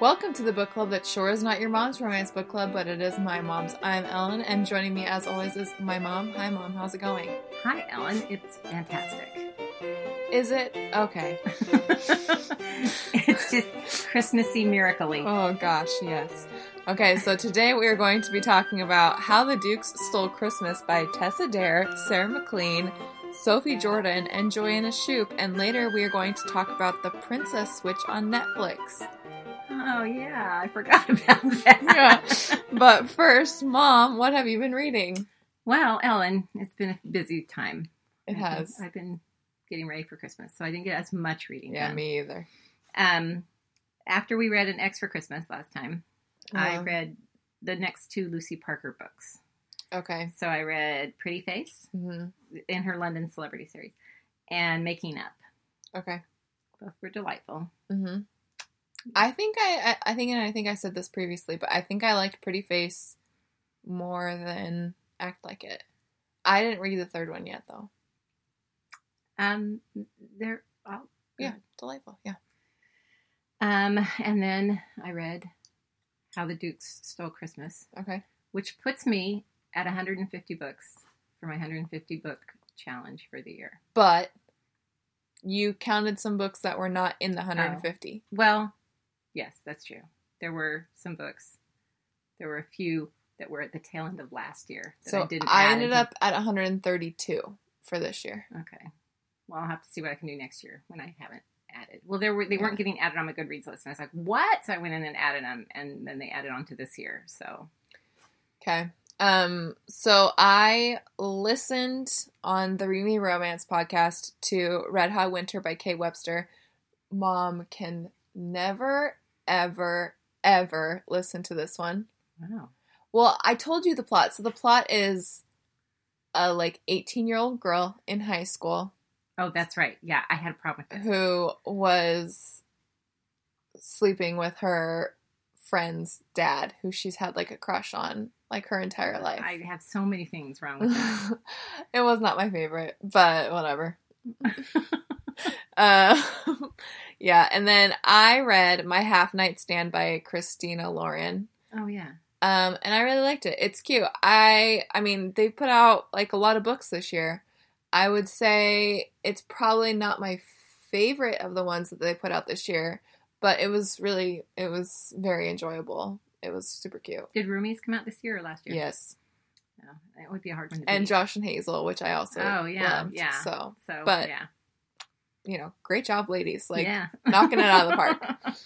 Welcome to the book club that sure is not your mom's romance book club, but it is my mom's. I'm Ellen, and joining me as always is my mom. Hi, mom. How's it going? Hi, Ellen. It's fantastic. Is it okay? it's just Christmassy miracle Oh gosh, yes. Okay, so today we are going to be talking about How the Dukes Stole Christmas by Tessa Dare, Sarah McLean, Sophie Jordan, and Joanna Shoup, and later we are going to talk about The Princess Switch on Netflix. Oh, yeah. I forgot about Yeah. that. But first, mom, what have you been reading? Well, Ellen, it's been a busy time. It has. I've been getting ready for Christmas, so I didn't get as much reading Yeah, done. me either. Um, after we read An X for Christmas last time, I Yeah. read the next two Lucy Parker books. Okay. So I read Pretty Face hmm in her London Celebrity series and Making Up. Okay. Both were delightful. hmm I think I, I, I think, and I think I said this previously, but I think I liked Pretty Face more than Act Like It. I didn't read the third one yet, though. Um, they're all Yeah, Good. delightful. Yeah. Um, and then I read How the Dukes Stole Christmas, Okay. which puts me at 150 books for my 150 book challenge for the year. But you counted some books that were not in the Oh. 150. Well, yes, that's true. There were some books. There were a few that were at the tail end of last year that so I didn't. I, add ended into- up at 132 for this year. Okay. Well, I'll have to see what I can do next year when I haven't added. Well, there were they weren't getting added on my Goodreads list, and I was like, "What?" So I went in and added them, and then they added on to this year. So Okay. Um, so I listened on the Remy Romance podcast to Red Hot Winter by Kay Webster. Mom can never, ever, ever listen to this one. wow, Well, I told you the plot. So the plot is a like 18 year old girl in high school Oh, that's right. Yeah, I had a problem with this. who was sleeping with her friend's dad, who she's had like a crush on like her entire life. I have so many things wrong with that. it was not my favorite, but whatever. uh, yeah, and then I read My Half Night Stand by Christina Lauren. oh yeah. Um, and I really liked it. It's cute. I I mean, they put out like a lot of books this year. I would say it's probably not my favorite of the ones that they put out this year, but it was really it was very enjoyable. It was super cute. Did Roomies come out this year or last year? Yes. No, it would be a hard one to And beat. Josh and Hazel, which I also Oh, yeah, loved. yeah. So, so but, yeah, you know, great job ladies. Like yeah, knocking it out of the park.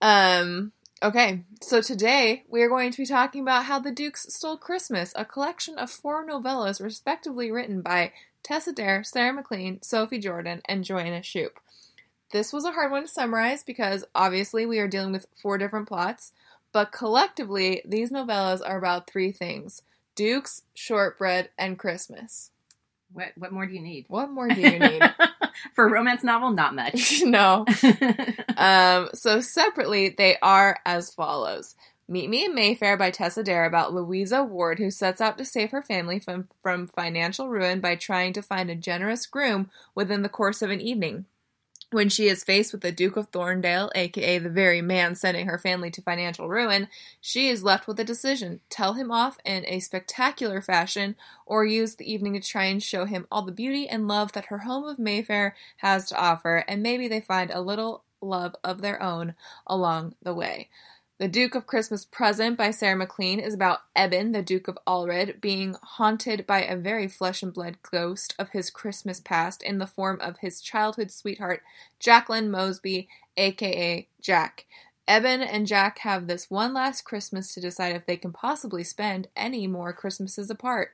Um, okay, so today we are going to be talking about How the Dukes Stole Christmas, a collection of four novellas respectively written by Tessa Dare, Sarah McLean, Sophie Jordan, and Joanna Shoup. This was a hard one to summarize because obviously we are dealing with four different plots, but collectively these novellas are about three things Dukes, shortbread, and Christmas. What what more do you need? What more do you need? For a romance novel, not much. no. okay. um, so separately, they are as follows. Meet Me in Mayfair by Tessa Dare about Louisa Ward, who sets out to save her family from, from financial ruin by trying to find a generous groom within the course of an evening. When she is faced with the Duke of Thorndale, aka the very man sending her family to financial ruin, she is left with a decision tell him off in a spectacular fashion, or use the evening to try and show him all the beauty and love that her home of Mayfair has to offer, and maybe they find a little love of their own along the way. The Duke of Christmas Present by Sarah McLean is about Eben, the Duke of Alred, being haunted by a very flesh and blood ghost of his Christmas past in the form of his childhood sweetheart, Jacqueline Mosby, aka Jack. Eben and Jack have this one last Christmas to decide if they can possibly spend any more Christmases apart.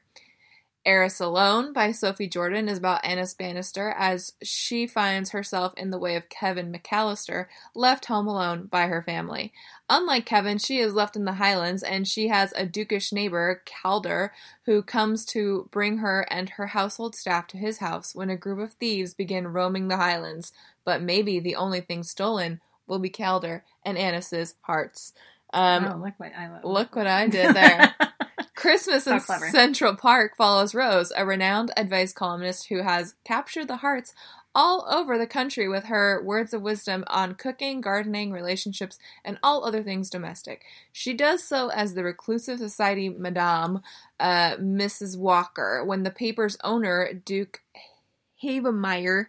Heiress Alone by Sophie Jordan is about Anna Bannister as she finds herself in the way of Kevin McAllister, left home alone by her family. Unlike Kevin, she is left in the Highlands and she has a dukish neighbor, Calder, who comes to bring her and her household staff to his house when a group of thieves begin roaming the Highlands. But maybe the only thing stolen will be Calder and Annis's hearts. Um, oh, look what I love. Look what I did there. Christmas So in clever. Central Park follows Rose, a renowned advice columnist who has captured the hearts all over the country with her words of wisdom on cooking, gardening, relationships, and all other things domestic. She does so as the Reclusive Society Madame, uh, Mrs. Walker, when the paper's owner, Duke Havemeyer,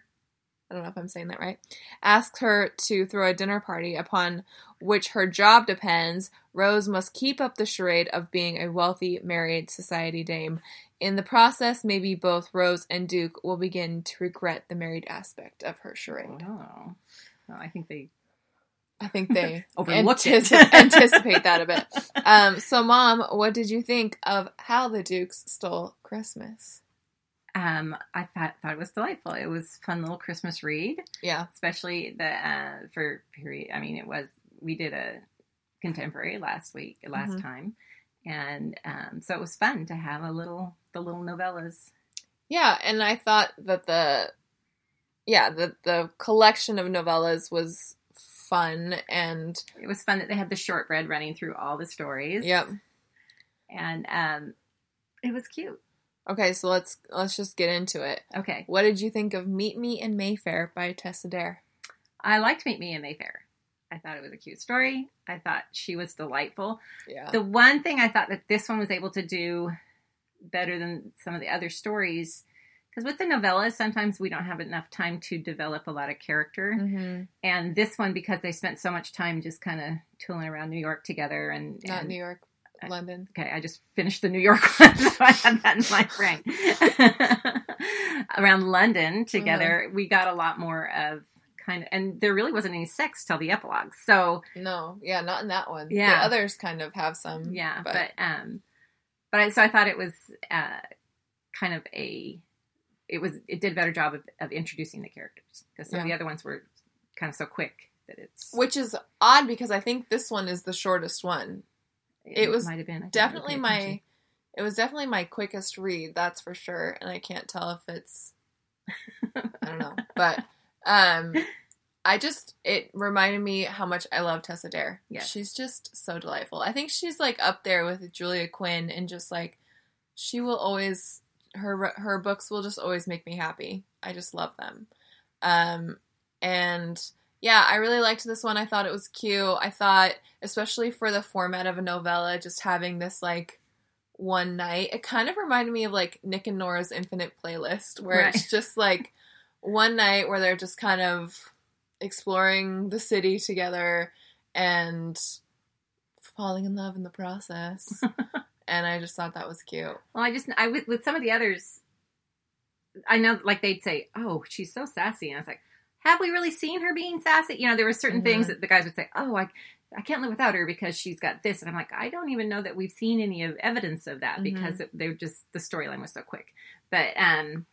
I don't know if I'm saying that right, asks her to throw a dinner party upon which her job depends. Rose must keep up the charade of being a wealthy married society dame. In the process, maybe both Rose and Duke will begin to regret the married aspect of her charade. Oh. Well, I think they I think they Overlooked antici- it. anticipate that a bit. Um, so, Mom, what did you think of how the Dukes stole Christmas? um I thought thought it was delightful. It was a fun little Christmas read, Yeah, especially the uh for period. I mean, it was we did a contemporary last week last Mhm. time. And um so it was fun to have a little the little novellas. yeah, and I thought that the yeah the the collection of novellas was fun and It was fun that they had the shortbread running through all the stories. yep. And um it was cute. Okay, so let's let's just get into it. Okay. What did you think of Meet Me in Mayfair by Tessa Dare? I liked Meet Me in Mayfair. I thought it was a cute story. I thought she was delightful. Yeah. The one thing I thought that this one was able to do better than some of the other stories, because with the novellas, sometimes we don't have enough time to develop a lot of character. hmm And this one, because they spent so much time just kind of tooling around New York together and, Not and- New York, London. Okay, I just finished the New York one, so I had that in my brain. Around London together, Mm-hmm. we got a lot more of kind of, and there really wasn't any sex till the epilogue. So No, yeah, not in that one. Yeah. The others kind of have some. yeah, but, um, but I, so I thought it was uh, kind of a, it was it did a better job of, of introducing the characters because some of Yeah. the other ones were kind of so quick that it's which is odd because I think this one is the shortest one. it was might have been I can't really Definitely pay my it was definitely my quickest read, that's for sure, and I can't tell if it's I don't know, but um I just it reminded me how much I love Tessa Dare. Yes. She's just so delightful. I think she's like up there with Julia Quinn and just like she will always her her books will just always make me happy. I just love them. Um and yeah, I really liked this one. I thought it was cute. I thought especially for the format of a novella just having this like one night. It kind of reminded me of like Nick and Nora's Infinite Playlist where Right. it's just like one night where they're just kind of exploring the city together and falling in love in the process. and I just thought that was cute. Well, I just I with, with some of the others, I know like they'd say, "Oh, she's so sassy," and I was like, "Have we really seen her being sassy?" You know, there were certain things Mhm. that the guys would say, "Oh, I." I can't live without her because she's got this, and I'm like, I don't even know that we've seen any of evidence of that Mhm. because it, they're just the storyline was so quick. But um,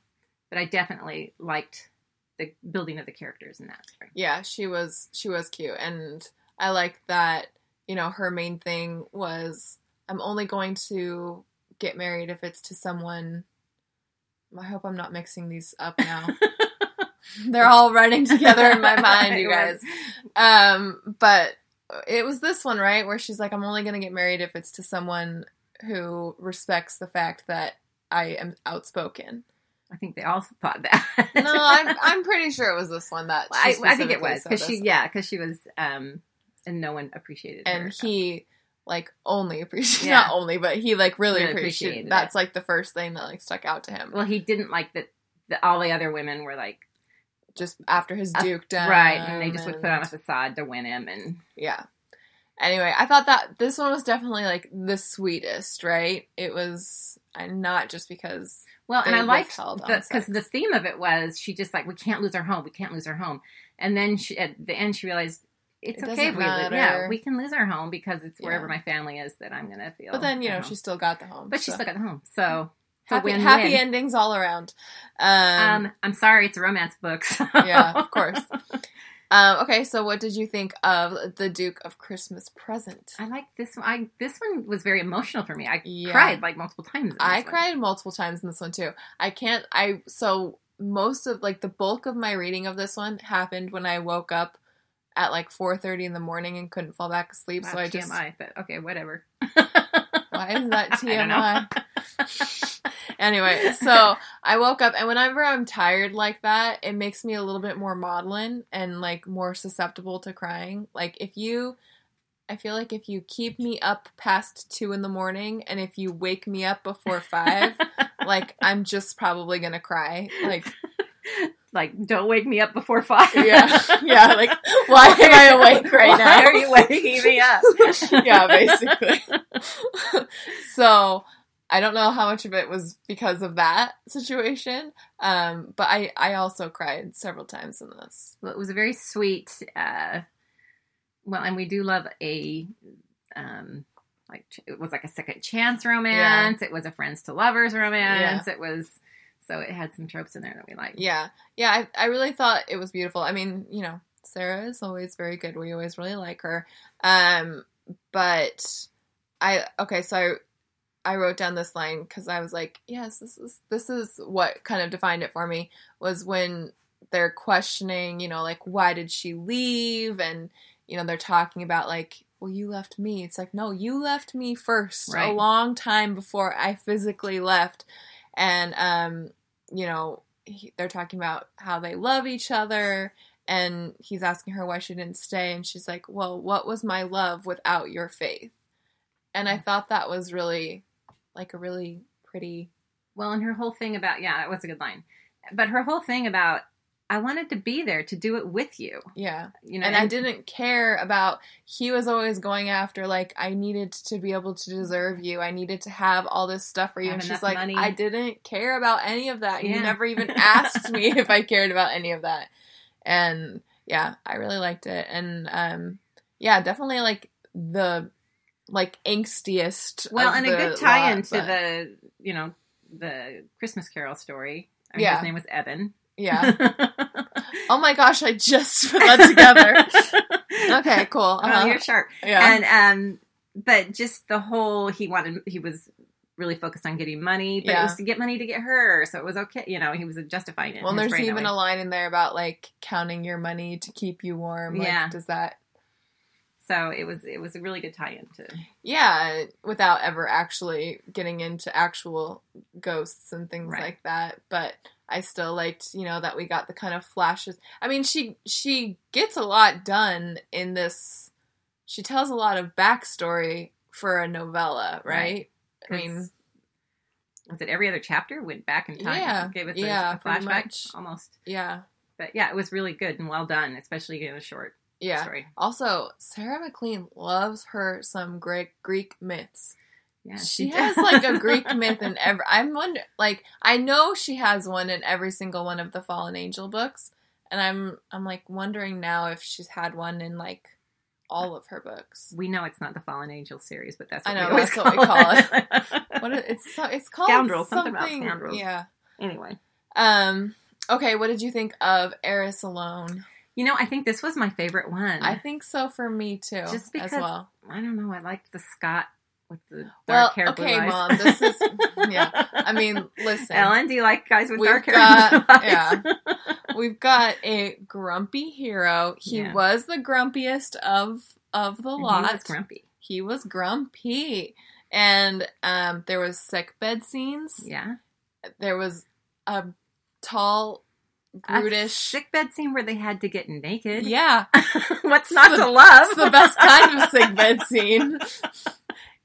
but I definitely liked the building of the characters in that. story. Yeah, she was she was cute and I like that, you know, her main thing was I'm only going to get married if it's to someone I hope I'm not mixing these up now. They're all running together in my mind, you It guys. was- Um, but it was this one, right, where she's like, "I'm only gonna get married if it's to someone who respects the fact that I am outspoken." I think they all thought that. No, I'm I'm pretty sure it was this one that Well, I, she I think it specifically was said because she, this. yeah, because she was, um, and no one appreciated her. and so. he like only appreciated Yeah. not only, but he like really, Really appreciated. appreciated That's like the first thing that like stuck out to him. well, he didn't like that. The, all the other women were like, just after his Uh, dukedom, right, and they just would put and- on a facade to win him, and Yeah. Anyway, I thought that this one was definitely like the sweetest, right? It was and not just because well, and They I liked withheld on because sex. the, theme of it was she just like we can't lose our home, we can't lose our home, and then she, at the end she realized it's It okay if doesn't we lose, matter. yeah, we can lose our home because it's wherever Yeah. my family is that I'm gonna feel. But then, you at know, home. she still got the home. but she so. still got the home, so it's a happy, win-win. happy endings all around. Um, Um, I'm sorry, it's a romance book. so- yeah, of course. Um, okay, so what did you think of the Duke of Christmas Present? I like this one. I this one was very emotional for me. I Yeah. cried like multiple times. in I this one. cried multiple times in this one too. I can't. I so most of like the bulk of my reading of this one happened when I woke up at like 4:30 in the morning and couldn't fall back asleep. Wow, so I just TMI, but okay, whatever. why is that I don't know. TMI? Anyway, so I woke up, and whenever I'm tired like that, it makes me a little bit more maudlin and like more susceptible to crying. Like if you, I feel like if you keep me up past two in the morning, and if you wake me up before five, like I'm just probably gonna cry. Like like, don't wake me up before five. yeah, yeah. Like why am I awake right Why now? are you waking me up? yeah, basically. so I don't know how much of it was because of that situation, um, but I, I also cried several times in this. Well, it was a very sweet. Uh, well, and we do love a um, like ch- it was like a second chance romance. It was a friends to lovers romance. It was so it had some tropes in there that we liked. Yeah, yeah. I, I really thought it was beautiful. I mean, you know, Sarah is always very good. We always really like her. Um, but I okay, so I. I wrote down this line because I was like, "Yes, this is this is what kind of defined it for me." Was when they're questioning, you know, like why did she leave, and you know they're talking about like, "Well, you left me." It's like, no, you left me first a Right. long time before I physically left, and um, you know, he, they're talking about how they love each other. And he's asking her why she didn't stay, and she's like, "Well, what was my love without your faith?" And I thought that was really like a really pretty Well, and her whole thing about yeah, that was a good line. But her whole thing about I wanted to be there to do it with you. yeah You know, and i didn't care about he was always going after like i needed to be able to deserve you i needed to have all this stuff for you Have and she's enough like money. i didn't care about any of that you Yeah. never even asked me if i cared about any of that and yeah i really liked it and um yeah definitely like the like angstiest Well, of and a the good tie-in lot, to but- the you know the Christmas Carol story. I mean, Yeah. his name was Evan. yeah oh my gosh i just put that together okay cool Oh, uh-huh. you're sharp. yeah And um, but just the whole he wanted he was really focused on getting money, but Yeah. it was to get money to get her, so it was okay. You know, he was justifying it. in Well, his there's brain that even way. a line in there about like counting your money to keep you warm. Like, Yeah. Does that? so it was it was a really good tie-in to Yeah, without ever actually getting into actual ghosts and things Right. like that. But I still liked, you know, that we got the kind of flashes. I mean, she she gets a lot done in this. She tells a lot of backstory for a novella, right? I mean, was it every other chapter went back in time? Yeah. gave us a- Yeah, a, pretty much. flashback almost. yeah, But yeah, it was really good and well done, especially in a short yeah. story. Also, Sarah McLean loves her some great Greek myths. Yeah, she did. has like a Greek myth in every. I'm wonder like I know she has one in every single one of the Fallen Angel books, and I'm I'm like wondering now if she's had one in like all of her books. We know it's not the Fallen Angel series, but that's I what know, we always that's call what we call it. it. What is, it's so- it's called Scoundrel, something about scoundrel. Yeah. anyway. Um. Okay. What did you think of Eris Alone? You know, I think this was my favorite one. I think so for me too. Just as because- well. I don't know. I liked the Scott with the Well, dark hair. blue okay, eyes. Mom, this is- yeah, I mean, listen. Ellen, do you like guys with We've dark hair? got- and blue eyes? yeah. We've got a grumpy hero. He Yeah. was the grumpiest of of the And he lot. was grumpy. He was grumpy, and um, there was sick bed scenes. Yeah, There was a tall, A brutish. sick bed scene where they had to get naked. yeah, what's not the- to love? that's the best kind of sick bed scene.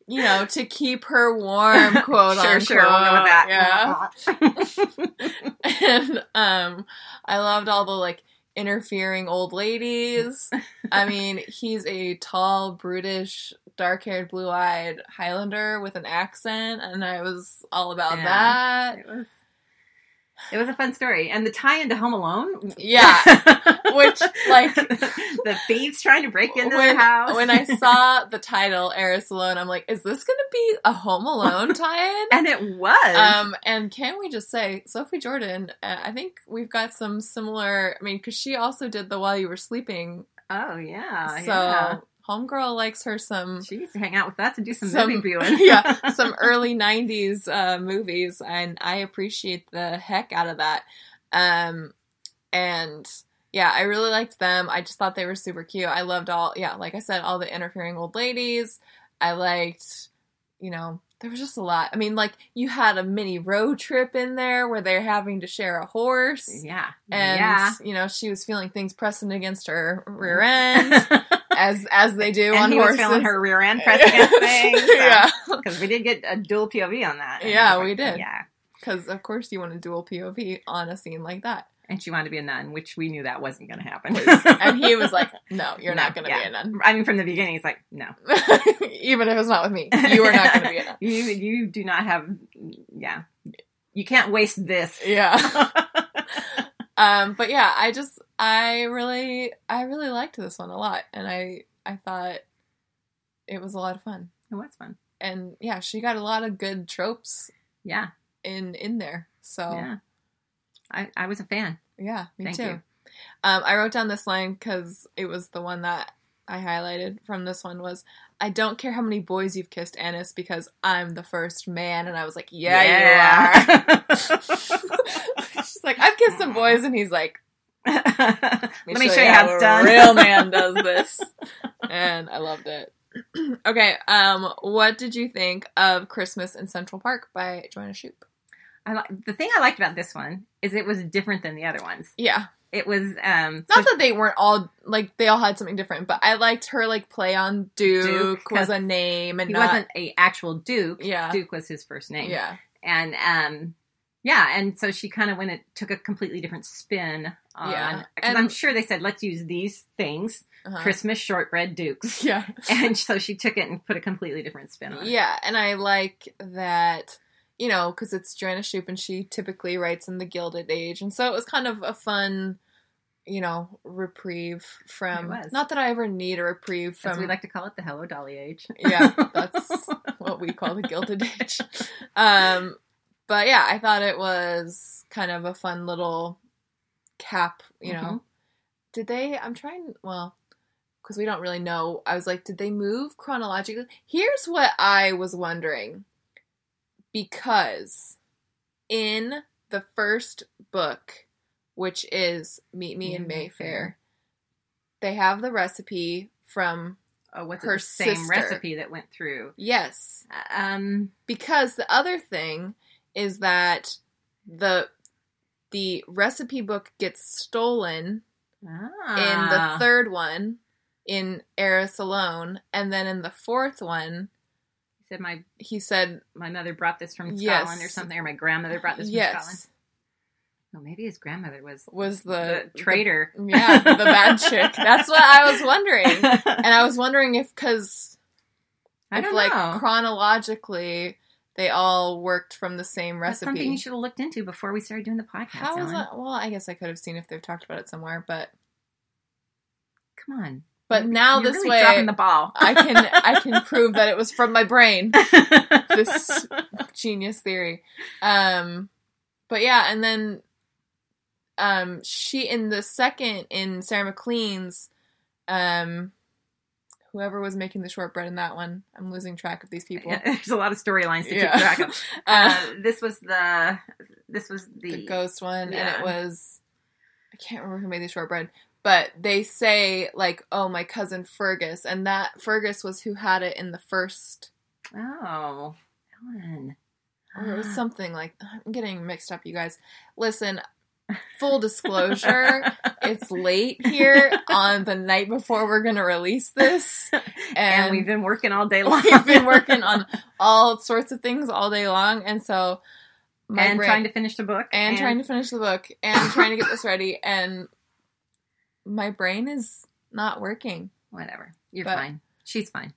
You know, to keep her warm, quote sure, unquote. sure. We'll go with that. Yeah. and um I loved all the like interfering old ladies. I mean, he's a tall, brutish, dark-haired, blue-eyed Highlander with an accent, and I was all about Yeah. that. it was. It was a fun story, and the tie into Home Alone. Yeah, which like the thieves trying to break into when, the house. when I saw the title Eris Alone, I'm like, is this going to be a Home Alone tie-in? and it was. Um, and can we just say, Sophie Jordan? Uh, I think we've got some similar. I mean, because she also did the While You Were Sleeping oh yeah. so yeah. homegirl likes her some she used to hang out with us and do some, Some- movie viewing. yeah some early 90s uh, movies and i appreciate the heck out of that um and yeah i really liked them i just thought they were super cute i loved all yeah like i said all the interfering old ladies i liked you know there was just a lot. I mean, like you had a mini road trip in there where they're having to share a horse, Yeah. and yeah. you know she was feeling things pressing against her rear end, as as they do on and he was horses. feeling her rear end pressed against things. yeah, Because we did get a dual POV on that. And Yeah, I was we did. Yeah. because of course you want a dual POV on a scene like that. And she wanted to be a nun, which we knew that wasn't going to happen. And he was like, "No, you're not No, going to yeah. be a nun, I mean, from the beginning, he's like, no, even if it's not with me. You are not going to be a nun." you you do not have, yeah, you can't waste this. Yeah. um, but yeah, I just I really I really liked this one a lot, and I I thought it was a lot of fun. Oh, that's fun. And yeah, she got a lot of good tropes Yeah, in in there. So yeah. I, I was a fan. Yeah, me Thank too. you. Um, I wrote down this line because it was the one that I highlighted from this one was, I don't care how many boys you've kissed, Annis, because I'm the first man. And I was like, yeah, you are. She's like, I've kissed some boys. And he's like, Let me show, you how it's done. a real man does this. and I loved it. okay, um, what did you think of Christmas in Central Park by Joanna Shoup? I li- the thing I liked about this one is it was different than the other ones. Yeah. It was um, Not that they weren't all like they all had something different, but I liked her like play on Duke, Duke, 'cause was a name and he not wasn't a actual duke. yeah Duke was his first name. yeah and um yeah and so she kind of went it took a completely different spin on Yeah. because And- i'm sure they said let's use these things uh-huh. christmas shortbread dukes yeah and so she took it and put a completely different spin on it yeah, and I like that you know because it's Joanna Shoup and she typically writes in the Gilded Age, and so it was kind of a fun you know reprieve It from was. not that I ever need a reprieve as from we like to call it the hello dolly age yeah that's what we call the Gilded Age. Um, but yeah, I thought it was kind of a fun little cap, you know. Did they? I'm trying, well, because we don't really know. I was like, did they move chronologically? Here's what I was wondering because in the first book, which is Meet Me in Yeah, Mayfair. Mayfair, they have the recipe from, oh what's Her her same sister. recipe that went through yes, um because the other thing is that the the recipe book gets stolen in the ah, third one in Eris alone, and then in the fourth one you said my he said my mother brought this from Scotland Yes. or something, or my grandmother brought this from Scotland. yes Well, maybe his grandmother was was the, the, traitor. the- yeah, the bad chick. That's what I was wondering, and I was wondering if because I if don't like know. chronologically they all worked from the same That's recipe. something you should have looked into before we started doing the podcast. How is Ellen. that? Well, I guess I could have seen if they've talked about it somewhere, but Come on. But now You're this really way, Uh, dropping the ball. I can I can prove that it was from my brain. This genius theory. Um, but yeah, and then um, she in the second in Sarah McLean's, um, whoever was making the shortbread in that one, I'm losing track of these people. Yeah, There's a lot of storylines to Yeah. keep track of. Uh, Uh, this was the. This was the. the ghost one, and Yeah. it was I can't remember who made the shortbread, but they say like, "Oh, my cousin Fergus," and that Fergus was who had it in the first Oh, Ellen. or Oh, it Ah. was something like I'm getting mixed up, you guys. Listen, full disclosure, it's late here on the night before we're gonna release this, Ah. and, and- we've been working all day long. we've been working on all sorts of things all day long, and so my and brain trying to finish the book and, trying to finish the book and trying to get this ready, and my brain is not working. whatever. You're But- fine. She's fine.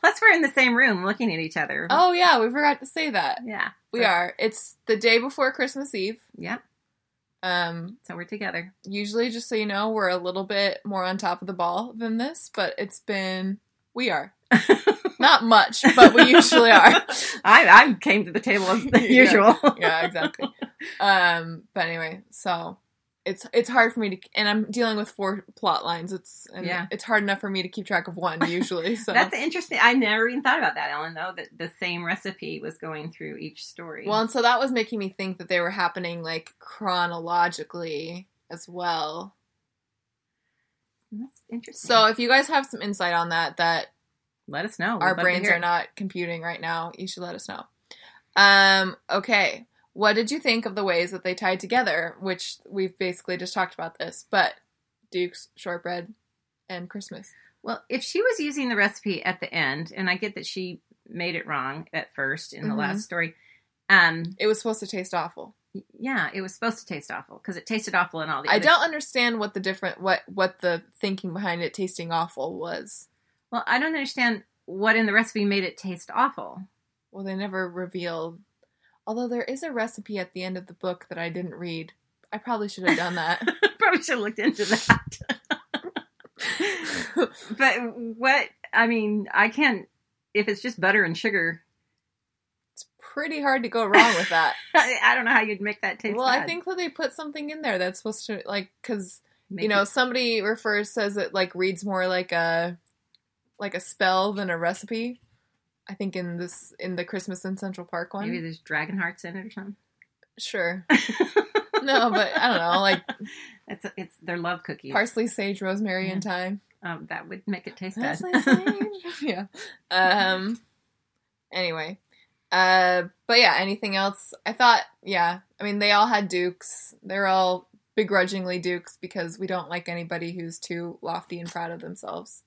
Plus, we're in the same room looking at each other. Oh yeah, we forgot to say that yeah, we So- are. It's the day before Christmas Eve. Yeah, Um, so we're together. usually just so you know we're a little bit more on top of the ball than this but it's been we are not much but we usually are I, I came to the table as Yeah. the usual. yeah exactly um but anyway so it's it's hard for me to and i'm dealing with four plot lines it's and Yeah. it's hard enough for me to keep track of one usually so That's interesting. I never even thought about that, Ellen. Though that the same recipe was going through each story. well and so that was making me think that they were happening like chronologically as well that's interesting. So if you guys have some insight on that that Let us know. We'd Our love to brains hear are it. not computing right now. You should let us know. Um, okay. What did you think of the ways that they tied together? Which we've basically just talked about this, but Duke's shortbread and Christmas. Well, if she was using the recipe at the end, and I get that she made it wrong at first in the Mhm. last story, um, It was supposed to taste awful. yeah, it was supposed to taste awful because it tasted awful in all the. I other- don't understand what the different what what the thinking behind it tasting awful was. Well, I don't understand what in the recipe made it taste awful. Well, they never revealed. Although there is a recipe at the end of the book that I didn't read. I probably should have done that. Probably should have looked into that. but what I mean, I can't. If it's just butter and sugar, it's pretty hard to go wrong with that. I, I don't know how you'd make that taste. well, I bad. think that they put something in there that's supposed to like because Make you know it- somebody refers says it like reads more like a like a spell than a recipe. I think in this in the Christmas in Central Park one. maybe there's dragon hearts in it or something. Sure. no, but I don't know, like It's it's their love cookies. parsley, sage, rosemary, and thyme. Um, that would make it taste bad. Parsley, sage. yeah. Um. Anyway. Uh. But yeah. Anything else? I thought. Yeah. I mean, they all had dukes. They're all begrudgingly dukes because we don't like anybody who's too lofty and proud of themselves.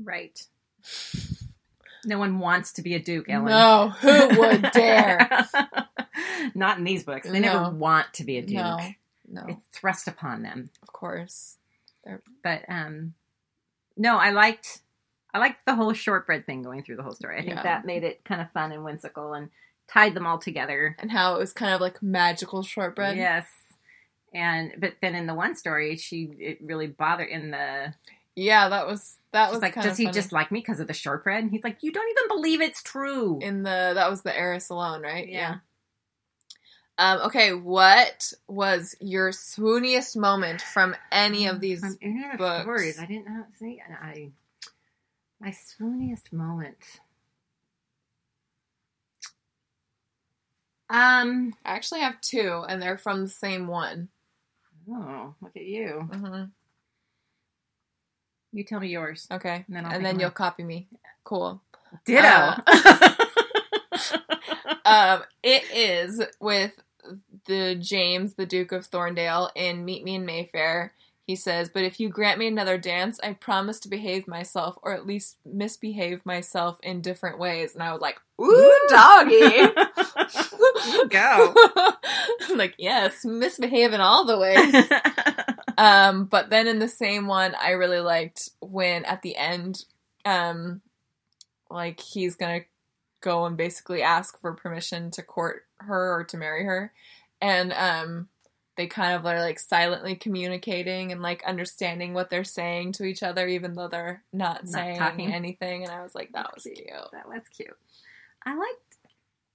right. No one wants to be a duke, Ellen. No, who would dare? Not in these books. They never No. want to be a duke. no. No. It's thrust upon them. Of course. But um, no, I liked I liked the whole shortbread thing going through the whole story. I think Yeah. that made it kind of fun and whimsical and tied them all together. And how it was kind of like magical shortbread. Yes. And but then in the one story, she it really bothered in the Yeah. That was. That She's was like, kind does of he funny. just like me because of the shortbread? And he's like, you don't even believe it's true. in the that was the Eris alone, right? Yeah. Um, okay, what was your swooniest moment from any of these? From any of the books. stories. I didn't know. See, and I my swooniest moment. Um. I actually have two, and they're from the same one. Oh, look at you. Mhm. You tell me yours. Okay, And then and I'll think then mine. you'll copy me. Cool. Ditto. Oh. um, it is with the James, the Duke of Thorndale, in Meet Me in Mayfair. He says, "But if you grant me another dance, I promise to behave myself, or at least misbehave myself in different ways." And I was like, "Ooh, doggy!" Go. I'm like, yes, misbehaving all the ways. um, but then in the same one, I really liked when at the end, um, like he's gonna go and basically ask for permission to court her or to marry her, and um, they kind of are like silently communicating and like understanding what they're saying to each other, even though they're not, Not saying talking. anything. And I was like, that was Cute. cute. that was cute. I liked.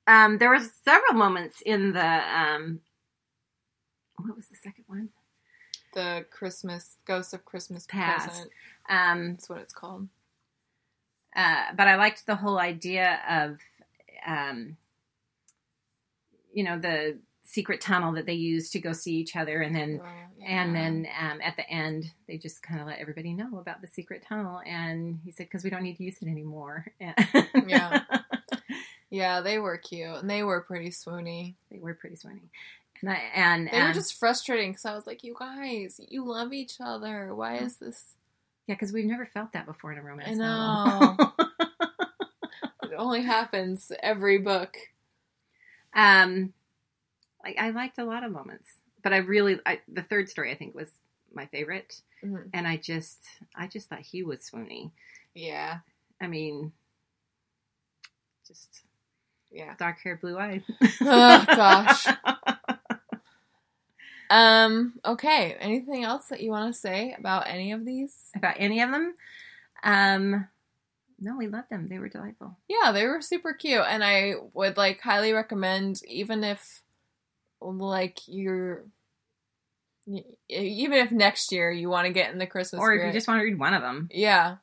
Um, there was several moments in the um. What was the second one? The Christmas Ghost of Christmas Past. Present. Um, That's what it's called. uh, but I liked the whole idea of, um, you know, the secret tunnel that they use to go see each other, and then and then um, at the end they just kind of let everybody know about the secret tunnel. And he said, "Because we don't need to use it anymore." And Yeah. yeah, they were cute and they were pretty swoony. they were pretty swinny. And I and They were um, just frustrating because I was like, "You guys, you love each other. Why is this?" yeah, because we've never felt that before in a romance. I novel. It only happens every book. um, like I liked a lot of moments, but I really I, the third story I think was my favorite. Mhm. and I just I just thought he was swoony. Yeah, I mean, just yeah. dark hair, blue eyed. Oh gosh. um. Okay. Anything else that you want to say about any of these? About any of them? Um, no, we loved them. They were delightful. Yeah, they were super cute, and I would like highly recommend, even if like you're, y- e, even if next year you want to get in the Christmas, or if you spirit. just want to read one of them, yeah,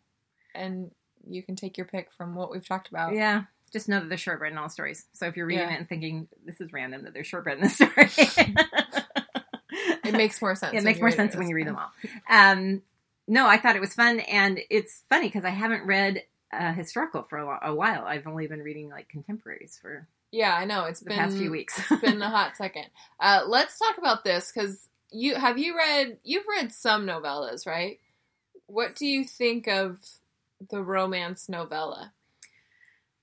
and you can take your pick from what we've talked about. yeah. Just know that they're shortbread in all stories. So if you're reading Yeah. it and thinking this is random that they're shortbread in this story, It makes more sense. it makes more sense when you read them all. Um, no, I thought it was fun, and it's funny because I haven't read uh, historical for a, lo- a while. I've only been reading like contemporaries for Yeah, I know. It's the been past few weeks. it's been a hot second. Uh, let's talk about this because you have you read you've read some novellas, right? What do you think of the romance novella?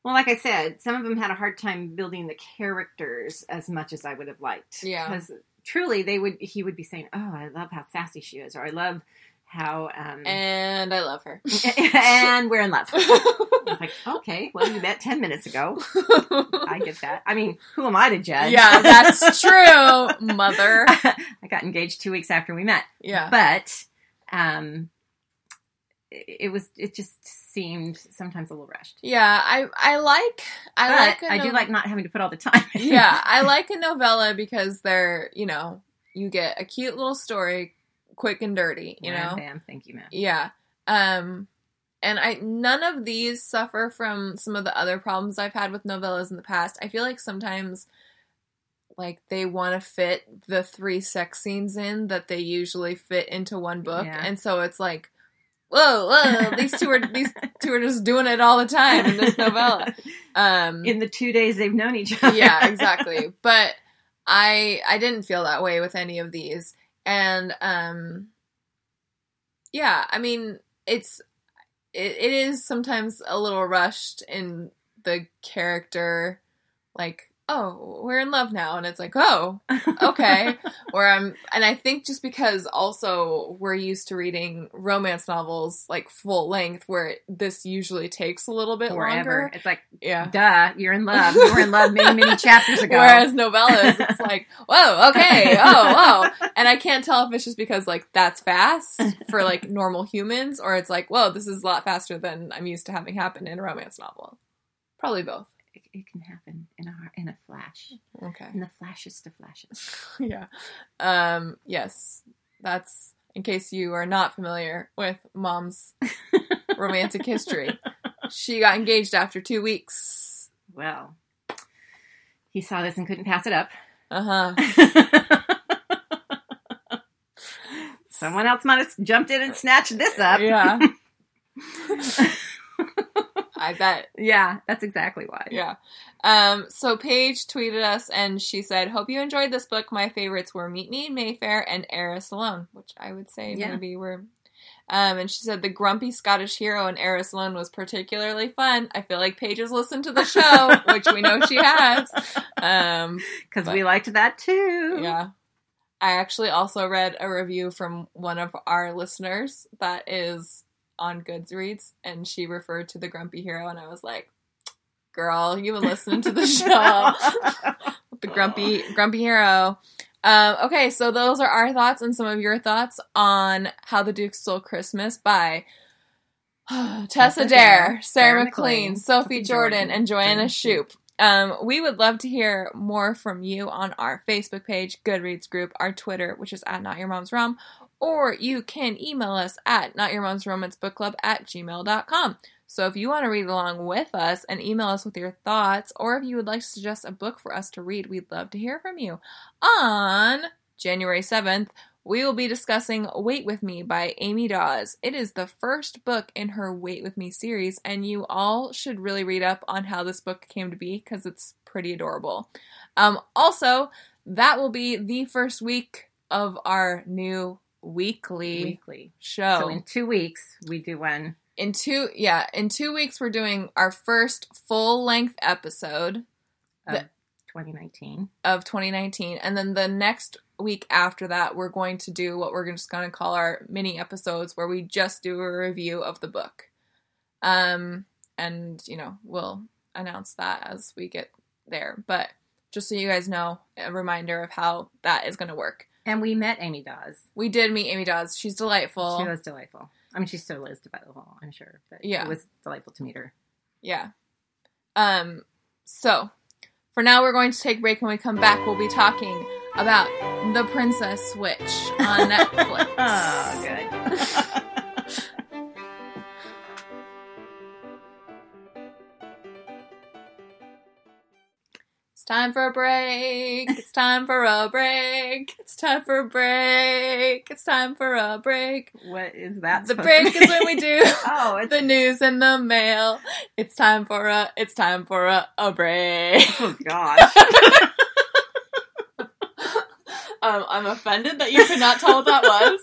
Well, like I said, some of them had a hard time building the characters as much as I would have liked. Yeah. Because truly, they would he would be saying, "Oh, I love how sassy she is," or "I love how," um, and, And I love her. we're in love. It's like, okay, well, you met ten minutes ago. I get that. I mean, who am I to judge? yeah, that's true, mother. I got engaged two weeks after we met, Yeah. but um, it, it was it just seemed sometimes a little rushed. Yeah, I I like I but like a I do nov- like not having to put all the time. in. yeah, I like a novella because they're, you know, you get a cute little story quick and dirty, you Wham, know. bam, thank you, ma'am. Yeah. Um and I none of these suffer from some of the other problems I've had with novellas in the past. I feel like sometimes like they want to fit the three sex scenes in that they usually fit into one book. Yeah. And so it's like whoa, whoa, these two are these two are just doing it all the time in this novella. Um In the two days they've known each other. yeah, exactly. But I I didn't feel that way with any of these. And um yeah, I mean, it's it, it is sometimes a little rushed in the character like, "Oh, we're in love now." And it's like, "Oh, okay." or I'm and I think just because also we're used to reading romance novels like full length where it, this usually takes a little bit Forever. longer. It's like, Yeah. duh, you're in love. You were in love many, many chapters ago. Whereas novellas, it's like, whoa, okay, oh, whoa. And I can't tell if it's just because, like, that's fast for, like, normal humans, or it's like, whoa, this is a lot faster than I'm used to having happen in a romance novel. Probably both. it, it can happen in a har- in a flash, Okay. in the flashest of flashes. Yeah. Um, yes. That's in case you are not familiar with mom's romantic history. She got engaged after two weeks. Well, he saw this and couldn't pass it up. Uh huh. Someone else might have jumped in and snatched this up. Yeah. I bet. Yeah, that's exactly why. Yeah. Um, so Paige tweeted us and she said, Hope you enjoyed this book. My favorites were Meet Me in Mayfair and Eris Alone, which I would say Yeah. maybe were. Um, and she said, The grumpy Scottish hero in Eris Alone was particularly fun. I feel like Paige has listened to the show, which we know she has. Um, Because But- we liked that too. yeah. I actually also read a review from one of our listeners that is on Goodreads, and she referred to the grumpy hero, and I was like, "Girl, you've been listening to the show, the grumpy grumpy hero." Um, okay, so those are our thoughts and some of your thoughts on How the Duke Stole Christmas by Tessa Tessa Dare, Sarah Dare, Sarah McLean, McLean, Sophie Sophie Jordan, Jordan, and Joanna Joanna Shoup. Um, we would love to hear more from you on our Facebook page, Goodreads group, our Twitter, which is at Not Your Mom's Rom, or you can email us at Not Your Mom's Romance Book Club at gmail.com. So if you want to read along with us and email us with your thoughts, or if you would like to suggest a book for us to read, we'd love to hear from you. On January 7th, we will be discussing Wait With Me by Amy Dawes. It is the first book in her Wait With Me series, and you all should really read up on how this book came to be because it's pretty adorable. Um, also, that will be the first week of our new weekly Weekly. show. So in two weeks, we do one. in two, yeah, in two weeks, we're doing our first full length episode. of The- 2019. of 2019 and then the next week after that we're going to do what we're just going to call our mini episodes where we just do a review of the book um and you know we'll announce that as we get there but just so you guys know a reminder of how that is going to work And we met Amy Dawes. we did meet amy dawes she's delightful She was delightful. I mean, she still is delightful, I'm sure. But Yeah. it was delightful to meet her. Yeah. Um, so for now we're going to take a break when we come back we'll be talking about the Princess Switch on Netflix. Ah. Oh, Ah, good. It's time for a break. It's time for a break. It's time for a break. It's time for a break. What is that? The supposed break to is when we be? do oh, it's the news and the mail. It's time for a. It's time for a, a break. oh gosh. Um, I'm offended that you could not tell what that was.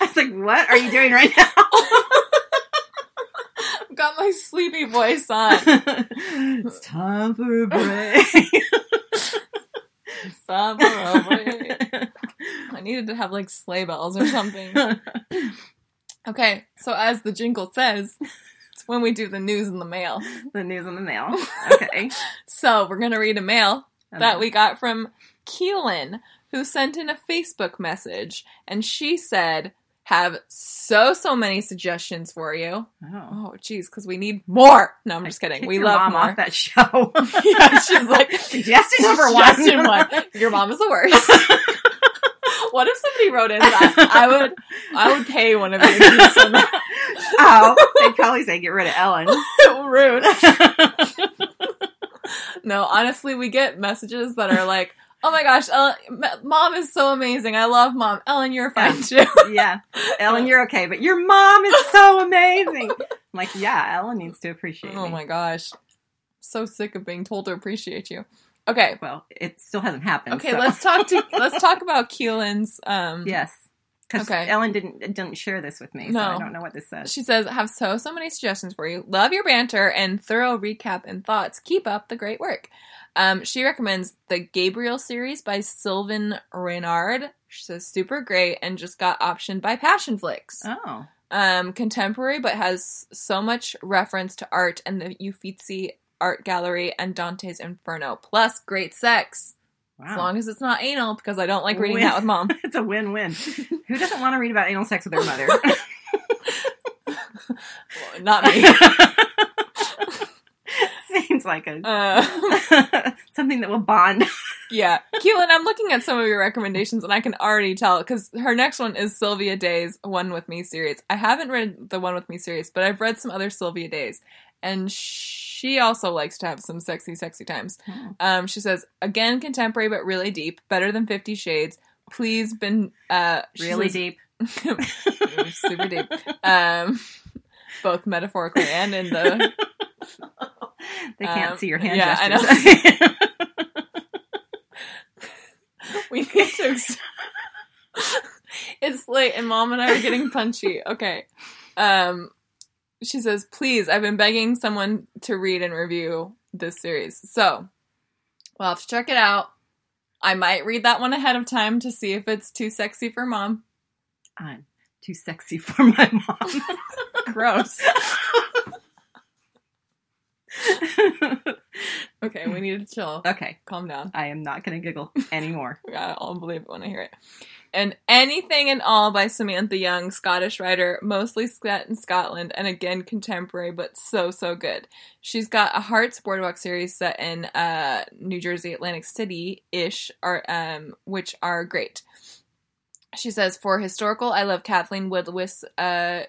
I was like, what are you doing right I've got my sleepy voice on. now? it's time for a break. It's time for a break. I needed to have like sleigh bells or something. Okay, so as the jingle says, it's when we do the news and the mail. the news in the mail. Okay. So we're gonna read a mail Uh-huh. that we got from Keelan, who sent in a Facebook message, and she said, "Have so so many suggestions for you." Oh. Oh, geez, because we need more. No, I'm just kidding. Kick We your love mom more. off that show. yeah, she's like suggestion number one. suggestion one. Your mom is the worst. what if somebody wrote in that? I would, I would pay one of you. to send that. oh, they probably say get rid of Ellen. Rude. No, honestly, we get messages that are like, "Oh my gosh, Ellen, M- mom is so amazing. I love mom. Ellen, you're fine too." yeah, Ellen, you're okay, but your mom is so amazing. I'm like, yeah, Ellen needs to appreciate. oh me. my gosh, so sick of being told to appreciate you. Okay, Well, it still hasn't happened. okay, so- let's talk to let's talk about Keelan's. Um, Yes, because Okay. Ellen didn't didn't share this with me, so No. I don't know what this says. She says, have so, so many suggestions for you. Love your banter and thorough recap and thoughts. Keep up the great work. Um, she recommends the Gabriel series by Sylvan Reynard. She says, super great and just got optioned by Passion Flicks. Oh, Um, contemporary, but has so much reference to art and the Uffizi Art Gallery and Dante's Inferno. Plus, great sex. As wow, long as it's not anal, because I don't like reading that with mom. it's a win-win. Who doesn't want to read about anal sex with their mother? not me. Seems like a Um, something that will bond. Yeah. Keelan, I'm looking at some of your recommendations and I can already tell because her next one is Sylvia Day's One With Me series. I haven't read the One With Me series, but I've read some other Sylvia Days. And she also likes to have some sexy, sexy times. Um, she says, again, contemporary but really deep, better than Fifty Shades. Please, been uh, she Really says- deep. super deep, um, both metaphorically and in the They can't Um, see your hand yeah, I know. gestures. We need to. ex- it's late, and mom and I are getting punchy. Okay. Um, she says, "Please, I've been begging someone to read and review this series, so we'll have to check it out. I might read that one ahead of time to see if it's too sexy for mom. I'm too sexy for my mom. Gross. okay, we need to chill. okay, Calm down. I am not going to giggle anymore. Yeah, I'll believe it when I hear it. And Anything and All by Samantha Young, Scottish writer, mostly set in Scotland, and again contemporary, but so, so good. She's got a Hearts Boardwalk series set in uh, New Jersey, Atlantic City ish, are um, which are great. She says, for historical, I love Kathleen Woodwis. Uh,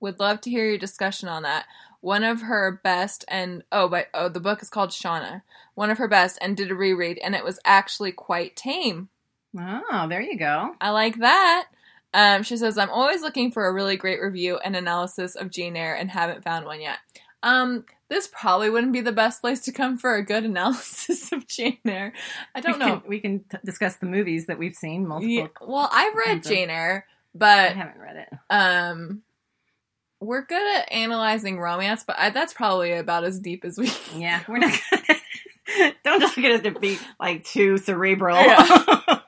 would love to hear your discussion on that. One of her best, and oh, by oh, the book is called Shauna one of her best and did a reread and it was actually quite tame Oh, there you go. i like that um, she says i'm always looking for a really great review and analysis of jane eyre and haven't found one yet um, this probably wouldn't be the best place to come for a good analysis of jane eyre i don't we know Can, we can t- discuss the movies that we've seen multiple. Yeah, well i've read Mhm. jane eyre I but haven't read it. um, we're good at analyzing romance but I, that's probably about as deep as we can Yeah, we're not. Gonna, don't just get us to be like too cerebral. Yeah.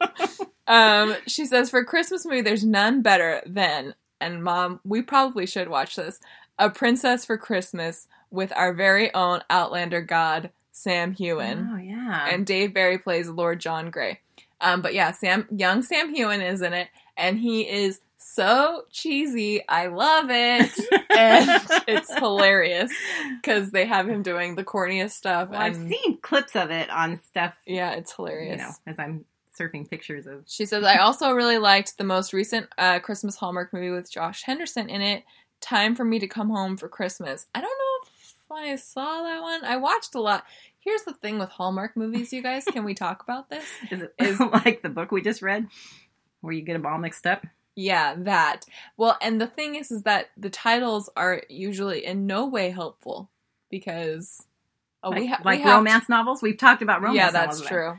Um, she says for a Christmas movie, there's none better than, and mom, we probably should watch this, A Princess for Christmas with our very own Outlander god, Sam Hewen. oh yeah. And Dave Barry plays Lord John Grey. Um, but yeah, Sam, young Sam Hewen is in it, and he is so cheesy. I love it. and it's hilarious because they have him doing the corniest stuff. Well, I've and- seen clips of it on stuff. Yeah, it's hilarious. You know, as I'm surfing pictures of. She says, I also really liked the most recent uh, Christmas Hallmark movie with Josh Henderson in it, Time for Me to Come Home for Christmas. I don't know if I saw that one. I watched a lot. Here's the thing with Hallmark movies, you guys. Can we talk about this? Is it is like the book we just read, where you get them all mixed up? Yeah, that. Well, and the thing is, is that the titles are usually in no way helpful because oh, Like, we, ha- like we have romance novels. We've talked about romance. yeah, that's novels. true.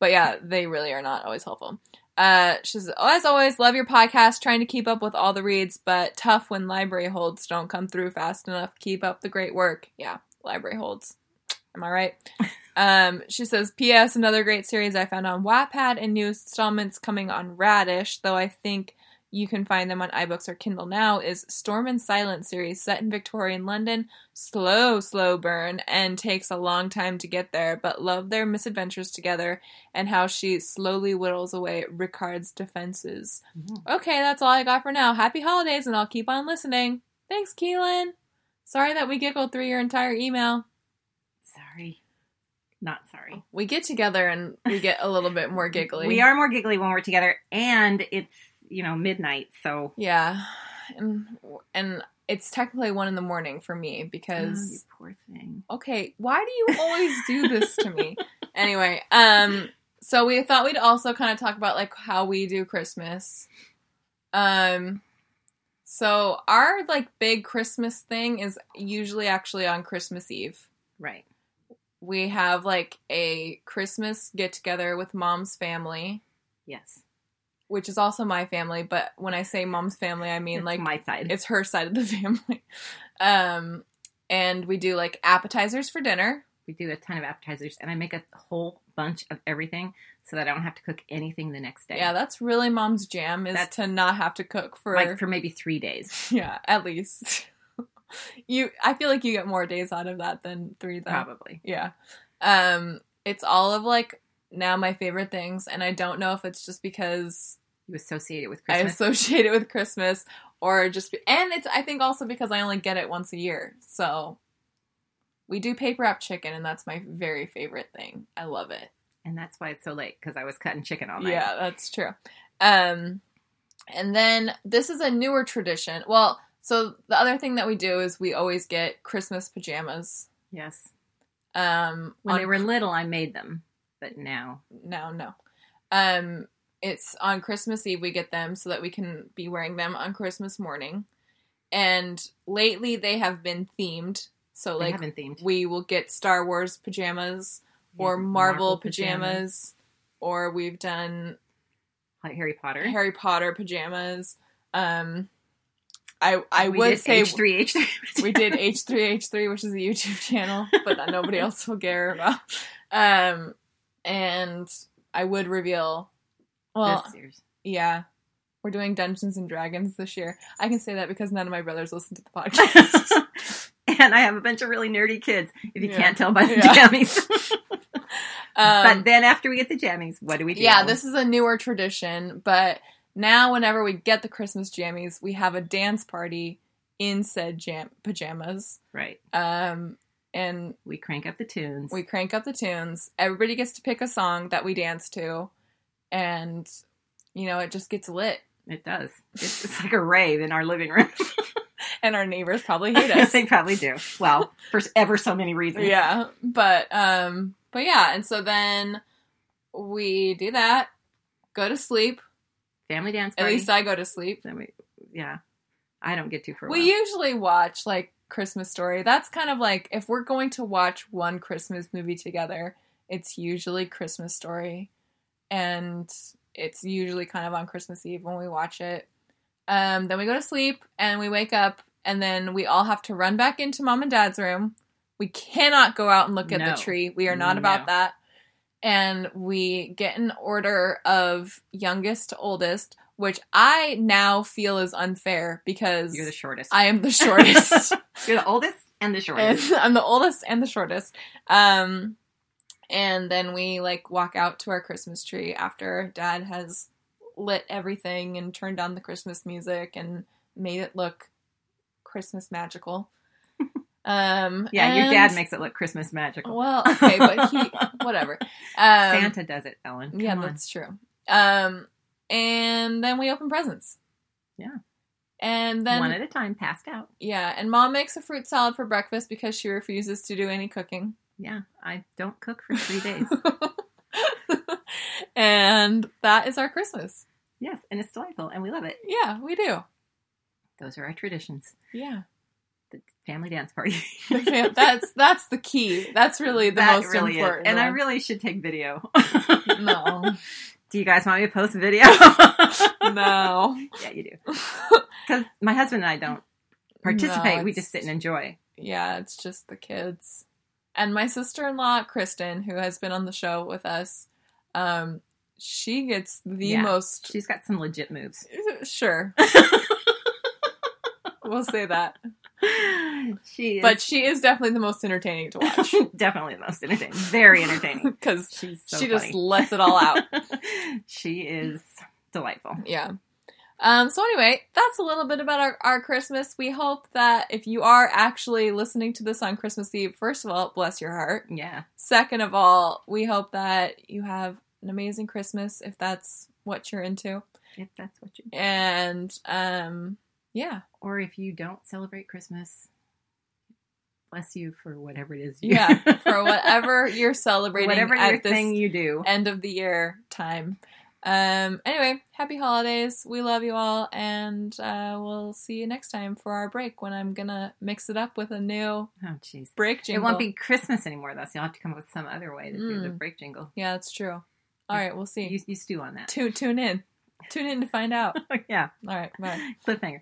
But yeah, they really are not always helpful. Uh, she says, oh, as always, love your podcast. Trying to keep up with all the reads, but tough when library holds don't come through fast enough. Keep up the great work. Yeah, library holds. Am I right? um, she says, P.S. Another great series I found on Wattpad and new installments coming on Radish, though I think you can find them on iBooks or Kindle now, is Storm and Silence series set in Victorian London. Slow, slow burn and takes a long time to get there, but love their misadventures together and how she slowly whittles away Ricard's defenses. Mhm. Okay, that's all I got for now. Happy holidays, and I'll keep on listening. Thanks, Keelan. Sorry that we giggled through your entire email. Sorry, not sorry. We get together and we get a little bit more giggly. We are more giggly when we're together, and it's you know midnight, so Yeah. And, and it's technically one in the morning for me Oh, you because, poor thing. okay, why do you always do this to me? Anyway, um, so we thought we'd also kind of talk about like how we do Christmas. Um, so our like big Christmas thing is usually actually on Christmas Eve. Right. We have like a Christmas get together with mom's family. Yes. which is also my family, but when I say mom's family, I mean It's like my side. it's her side of the family. Um, and we do like appetizers for dinner. we do a ton of appetizers, and I make a whole bunch of everything so that I don't have to cook anything the next day. Yeah, that's really mom's jam is That's- to not have to cook for like for maybe three days, yeah, at least. you I feel like you get more days out of that than 3 though. probably. Yeah. Um, it's all of like now my favorite things and I don't know if it's just because You associate it with I Christmas. associate it with Christmas or just be- and it's I think also because I only get it once a year. So we do paper wrap chicken and that's my very favorite thing. I love it. and that's why it's so late because I was cutting chicken all night. Yeah, that's true. Um and then this is a newer tradition. Well, so the other thing that we do is we always get Christmas pajamas. Yes. Um When on- they were little, I made them, but now no, no. Um, it's on Christmas Eve we get them so that we can be wearing them on Christmas morning. And lately they have been themed. So they like haven't themed. we will get Star Wars pajamas We or have Marvel, pajamas, pajamas, or we've done like Harry Potter. Harry Potter pajamas. Um I I We would did say H3, H3. we did H3H3, which is a YouTube channel, but that nobody else will care about. Um, and I would reveal. Well, This year's. yeah, we're doing Dungeons and Dragons this year. I can say that because none of my brothers listen to the podcast. and I have a bunch of really nerdy kids. If you Yeah. can't tell by the Yeah. jammies. um, but then after we get the jammies, what do we do? yeah, this is a newer tradition, but now whenever we get the Christmas jammies, we have a dance party in said jam- pajamas. right. Um, and We crank up the tunes. We crank up the tunes. Everybody gets to pick a song that we dance to, and you know it just gets lit. It does. It's, it's like a rave in our living room. And our neighbors probably hate us. they probably do. Well, for ever so many reasons. yeah, but um, but yeah, and so then we do that. Go to sleep. Family dance At party. least I go to sleep. Then we, yeah. I don't get to for a We while. usually watch like Christmas Story. That's kind of like if we're going to watch one Christmas movie together, it's usually Christmas Story. And it's usually kind of on Christmas Eve when we watch it. Um, then we go to sleep and we wake up and then we all have to run back into mom and dad's room. We cannot go out and look at No. the tree. We are not No. about that. And we get an order of youngest to oldest, which I now feel is unfair because You're the shortest. I am the shortest. You're the oldest and the shortest. and I'm the oldest and the shortest. Um, and then we like walk out to our Christmas tree after dad has lit everything and turned on the Christmas music and made it look Christmas magical. Um, yeah, your and- dad makes it look Christmas magical. Well, okay, but he whatever. Um, Santa does it, Ellen. Come yeah, on. that's true. Um, and then we open presents. Yeah. And then one at a time, passed out. yeah, and mom makes a fruit salad for breakfast because she refuses to do any cooking. yeah, I don't cook for three days. and that is our Christmas. yes, and it's delightful, and we love it. Yeah, we do. Those are our traditions. Yeah. The family dance party. The fam- that's that's the key. That's really the That most really is. important. And I one. really should take video. no, Do you guys want me to post video? no. yeah, you do. Because my husband and I don't participate. No, we it's- just sit and enjoy. yeah, it's just the kids. And my sister in law, Kristen, who has been on the show with us, um, she gets the Yeah. most. She's got some legit moves. Sure. we'll say that. She is But she is definitely the most entertaining to watch definitely the most entertaining. Very entertaining. because She's so she just funny. lets it all out. she is delightful. Yeah. Um, so anyway, that's a little bit about our, our Christmas. We hope that if you are actually listening to this on Christmas Eve, first of all, bless your heart. Yeah. Second of all, we hope that you have an amazing Christmas if that's what you're into. If that's what you And um, yeah, or if you don't celebrate Christmas, bless you for whatever it is you yeah, for whatever you're celebrating whatever at your this thing you do. end of the year time. Um, anyway, happy holidays. We love you all, and uh, we'll see you next time for our break when I'm gonna mix it up with a new Oh jeez. break It jingle. won't be Christmas anymore though, so you'll have to come up with some other way to do the Mm. break jingle. Yeah, that's true. All right, we'll see. You, you stew on that. Tune tune in, tune in to find out. yeah. All right, bye. Cliffhanger.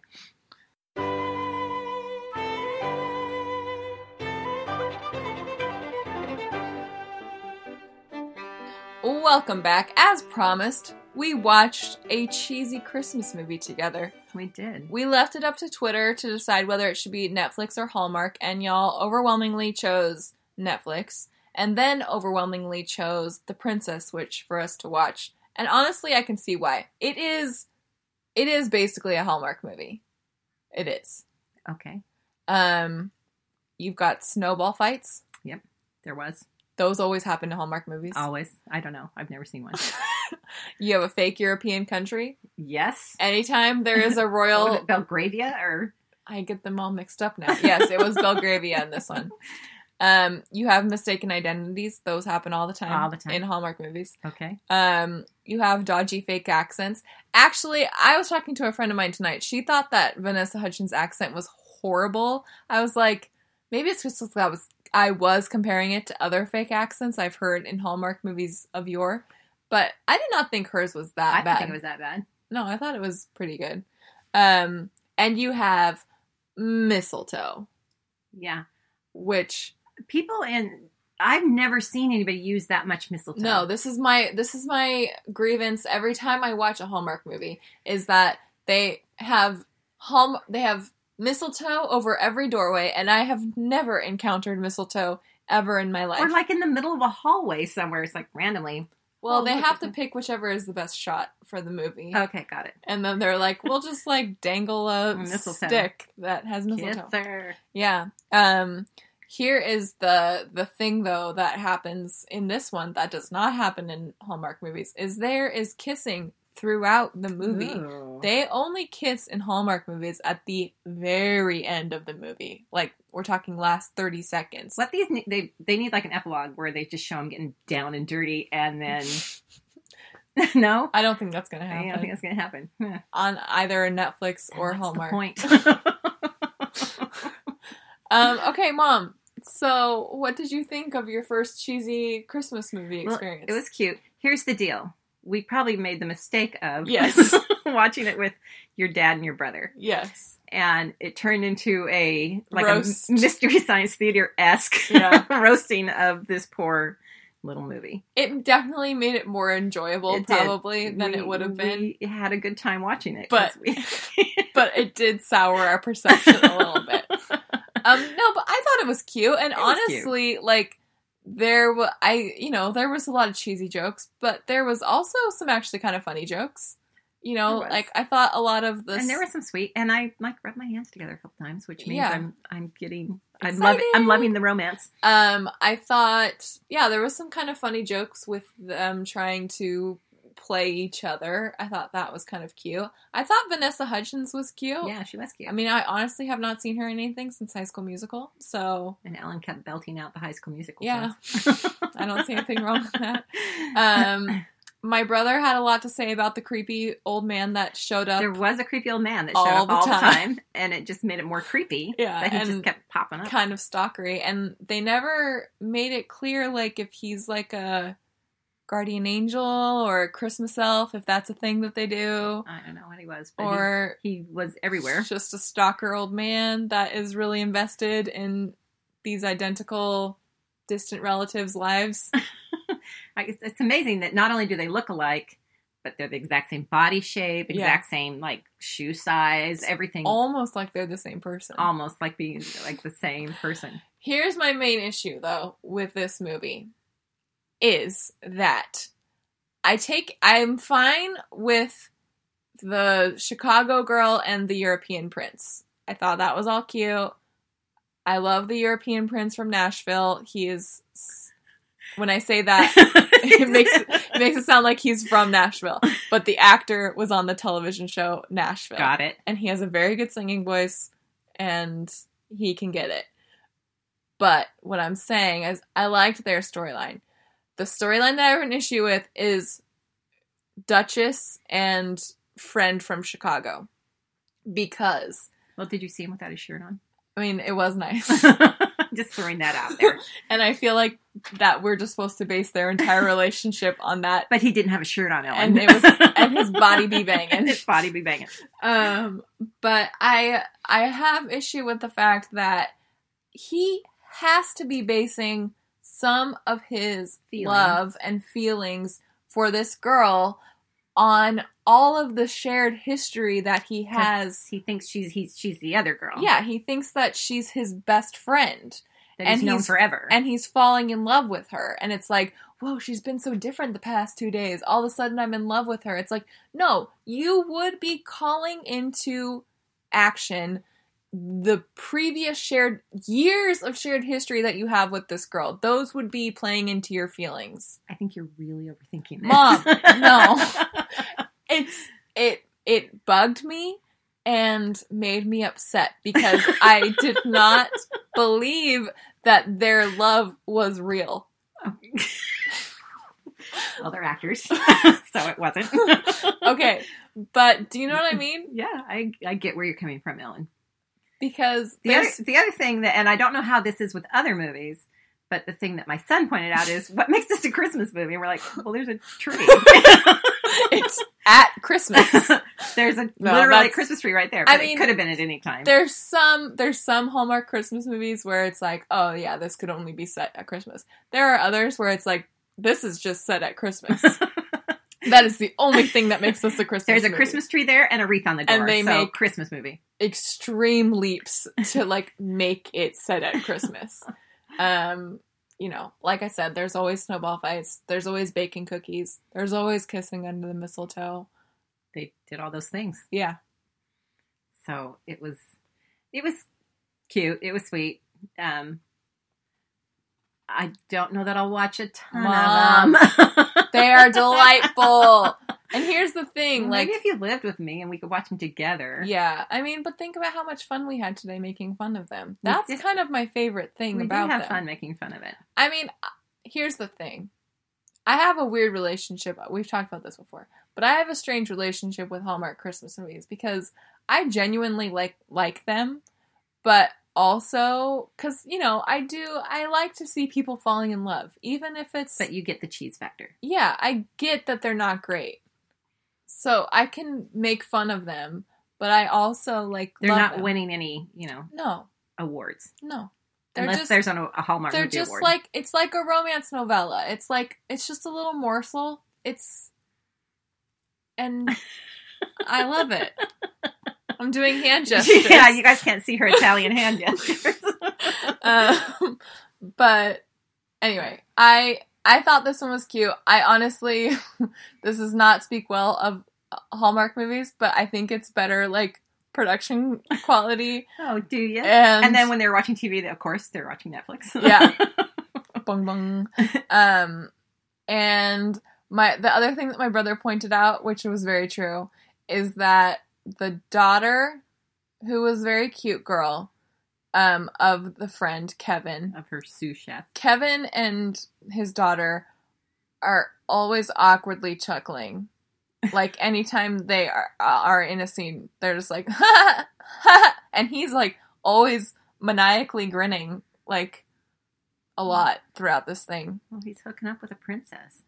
Welcome back. As promised, we watched a cheesy Christmas movie together. We did. We left it up to Twitter to decide whether it should be Netflix or Hallmark, and y'all overwhelmingly chose Netflix, and then overwhelmingly chose The Princess, which for us to watch. And honestly, I can see why. It is, it is basically a Hallmark movie. It is. Okay. Um, you've got snowball fights. There was. Those always happen to Hallmark movies. Always. I don't know. I've never seen one. You have a fake European country. Yes. Anytime there is a What was royal it, Belgravia or I get them all mixed up now. Yes, it was Belgravia in this one. Um, you have mistaken identities; those happen all the time, All the time. in Hallmark movies. Okay. Um, you have dodgy fake accents. Actually, I was talking to a friend of mine tonight. She thought that Vanessa Hudgens' accent was horrible. I was like, maybe it's just because I was I was comparing it to other fake accents I've heard in Hallmark movies of yore, but I did not think hers was that I didn't bad. think it was that bad. No, I thought it was pretty good. Um, and you have mistletoe, Yeah. which People in I've never seen anybody use that much mistletoe. no, this is my this is my grievance every time I watch a Hallmark movie is that they have hall they have mistletoe over every doorway, and I have never encountered mistletoe ever in my life. Or like in the middle of a hallway somewhere. It's like randomly. well, Oh, they look have at to Oh. that. pick whichever is the best shot for the movie, Okay, got it. and then they're like, we'll just like dangle a Mistletoe. stick that has mistletoe. sir. Yeah. Um here is the the thing though that happens in this one that does not happen in Hallmark movies is there is kissing throughout the movie. Ooh. They only kiss in Hallmark movies at the very end of the movie. Like we're talking last 30 seconds. Let these ne- they they need like an epilogue where they just show them getting down and dirty and then no. I don't think that's going to I happen don't think that's gonna happen. Huh. on either Netflix or What's the Hallmark. point. Um okay, mom. So, what did you think of your first cheesy Christmas movie Well, experience? it was cute. Here's the deal. We probably made the mistake of Yes. watching it with your dad and your brother. Yes. And it turned into a like Roast. a mystery science theater esque Yeah. roasting of this poor little movie. it definitely made it more enjoyable It did. probably than We- it would have been We had a good time watching it. But- 'cause we, but it did sour our perception a little bit um no but i thought it was cute and It was cute. honestly like there was i you know there was a lot of cheesy jokes but there was also some actually kind of funny jokes you know There was. like i thought a lot of this and there was some sweet. And I like rubbed my hands together a couple times, which means Yeah. I'm I'm getting I'm loving Exciting. I'm loving the romance. um i thought yeah there was some kind of funny jokes with them trying to could play each other. I thought that was kind of cute. I thought Vanessa Hudgens was cute. Yeah, she was cute. I mean, I honestly have not seen her in anything since High School Musical, so and Ellen kept belting out the High School Musical. yeah, songs. I don't see anything wrong with that. Um, my brother had a lot to say about the creepy old man that showed up there was a creepy old man that showed All up the all the time. time, and it just made it more creepy. Yeah, that he just and kept popping up. kind of stalkery and they never made it clear like if he's like a guardian angel or a christmas elf if that's a thing that they do I don't know what he was, but or he, he was everywhere. just a stalker old man that is really invested in these identical distant relatives lives Like, it's, it's amazing that not only do they look alike, but they're the exact same body shape, Yeah. exact same like shoe size, everything. almost like they're the same person almost like being like the same person. Here's my main issue though with this movie is that I take I'm fine with the Chicago girl and the European prince. I thought that was all cute. I love the European prince from Nashville. He is when I say that Uh, it makes it makes it sound like he's from Nashville, but the actor was on the television show Nashville Got it. and he has a very good singing voice and he can get it. But what I'm saying is I liked their storyline. The storyline that I have an issue with is Duchess and friend from Chicago. Because Well, did you see him without his shirt on? I mean it was nice. just throwing that out there. and I feel like that we're just supposed to base their entire relationship on that. But he didn't have a shirt on, And Ellen. it was- and his body be banging. his body be banging. Um but I I have issue with the fact that he has to be basing some of his Feelings. love and feelings for this girl on all of the shared history that he has. He thinks she's he's she's the other girl. Yeah, he thinks that she's his best friend that he's and known he's- forever. and he's falling in love with her. And it's like, whoa, she's been so different the past two days. All of a sudden I'm in love with her. It's like, no, you would be calling into action the previous shared years of shared history that you have with this girl. Those would be playing into your feelings. I think you're really overthinking this. Mom, no. it's it it bugged me and made me upset because I did not believe that their love was real. well, they're actors, so it wasn't. Okay, but do you know what I mean? Yeah, I I get where you're coming from, Ellen. Because The other, there's the other thing that, and I don't know how this is with other movies, but the thing that my son pointed out is what makes this a Christmas movie? And we're like, well, there's a tree. it's at Christmas. there's a No, literally a that's- Christmas tree right there. I But mean, it could have been at any time. There's some there's some Hallmark Christmas movies where it's like, oh yeah, this could only be set at Christmas. There are others where it's like, this is just set at Christmas. that is the only thing that makes this a Christmas. There's a movie. Christmas tree there and a wreath on the door. And they so make- Christmas movie. extreme leaps to like make it set at Christmas. Um, you know, like I said, there's always snowball fights, there's always baking cookies, there's always kissing under the mistletoe. They did all those things. Yeah. So it was, it was cute. It was sweet. Um, I don't know that I'll watch a ton Mom. of them. They are delightful. and here's the thing, like Maybe if you lived with me and we could watch them together. yeah, I mean, but think about how much fun we had today making fun of them. We That's did- kind of my favorite thing we did about have them. fun making fun of it. I mean, uh, here's the thing. I have a weird relationship. uh, We've talked about this before, but I have a strange relationship with Hallmark Christmas movies because I genuinely like like them, but also because you know I do. I like to see people falling in love, even if it's But you get the cheese factor. yeah. I get that they're not great, so I can make fun of them, but I also like They're love not them. winning any, you know, No, awards no. unless there's an, a Hallmark they're movie just award. like it's like a romance novella it's like it's just a little morsel it's and i love it i'm doing hand gestures yeah, you guys can't see her Italian hand gestures. um, but anyway i i thought this one was cute i honestly this does not speak well of hallmark movies but i think it's better like production quality oh, do you? And, and, then when they're watching TV, of course, they're watching Netflix. Yeah. bong bong. Um, and My the other thing that my brother pointed out, which was very true, is that the daughter, who was a very cute girl, um, of the friend Kevin, of her sous chef. Kevin and his daughter are always awkwardly chuckling. Like anytime they are are in a scene, they're just like, ha ha, and he's like always maniacally grinning, like a lot throughout this thing. Well, Oh, he's hooking up with a princess.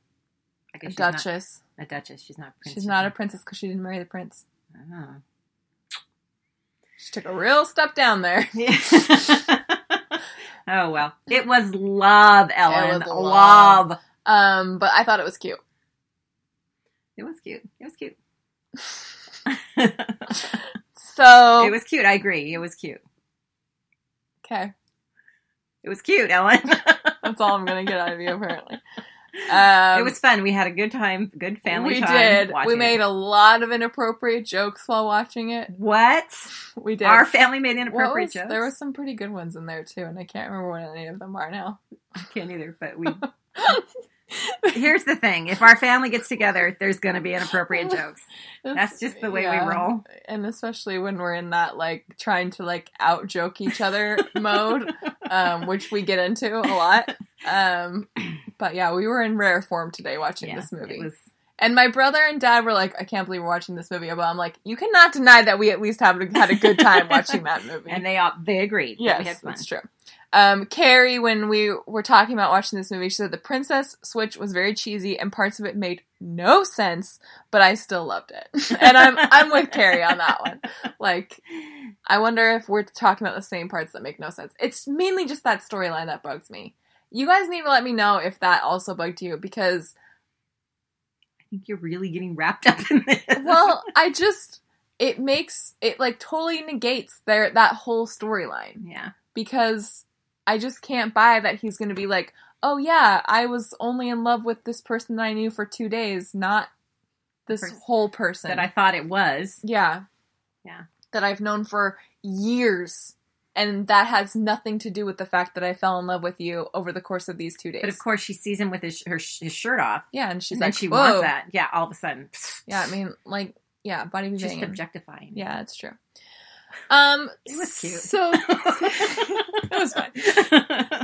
I A guess she's not- duchess. a duchess. She's not. A princess. She's not a princess because she didn't marry the prince. Oh. She took a real step down there. oh well, it was love, Ellen. was love. love. Um, but I thought it was cute. It was cute. It was cute. So It was cute. I agree. It was cute. okay, It was cute, Ellen. that's all I'm gonna get out of you apparently. it Um, was fun. We had a good time. Good family we time. did. watching We it. made a lot of inappropriate jokes while watching it. what? We did. Our family made What inappropriate was- jokes. There were some pretty good ones in there too, and I can't remember what any of them are now. I can't either, but we. Here's the thing: if our family gets together, there's going to be inappropriate jokes. That's just the way Yeah. we roll. And especially when we're in that like trying to like out joke each other mode, um, which we get into a lot. Um, but yeah, we were in rare form today watching Yeah, this movie. It was And my brother and dad were like, I can't believe we're watching this movie. But I'm like, you cannot deny that we at least have had a good time watching that movie. And they all they agreed. that we had yes, fun. that's true. Um, Carrie, when we were talking about watching this movie, she said the princess switch was very cheesy and parts of it made no sense, but I still loved it. and I'm I'm with Carrie on that one. Like, I wonder if we're talking about the same parts that make no sense. It's mainly just that storyline that bugs me. You guys need to let me know if that also bugged you because I think you're really getting wrapped up in this. well, I just it makes it like totally negates their that whole storyline yeah, because I just can't buy that he's going to be like, "Oh yeah, I was only in love with this person that I knew for 2 days, not this Person- whole person." that I thought it was. yeah. Yeah. That I've known for years. And that has nothing to do with the fact that I fell in love with you over the course of these two days. But of course, she sees him with his her, his shirt off, yeah, and she's and like, she Whoa. wants that. Yeah, all of a sudden. Yeah, I mean, like, yeah, body be just banging. objectifying. Yeah, it's true. Um, It was cute. So it was fun.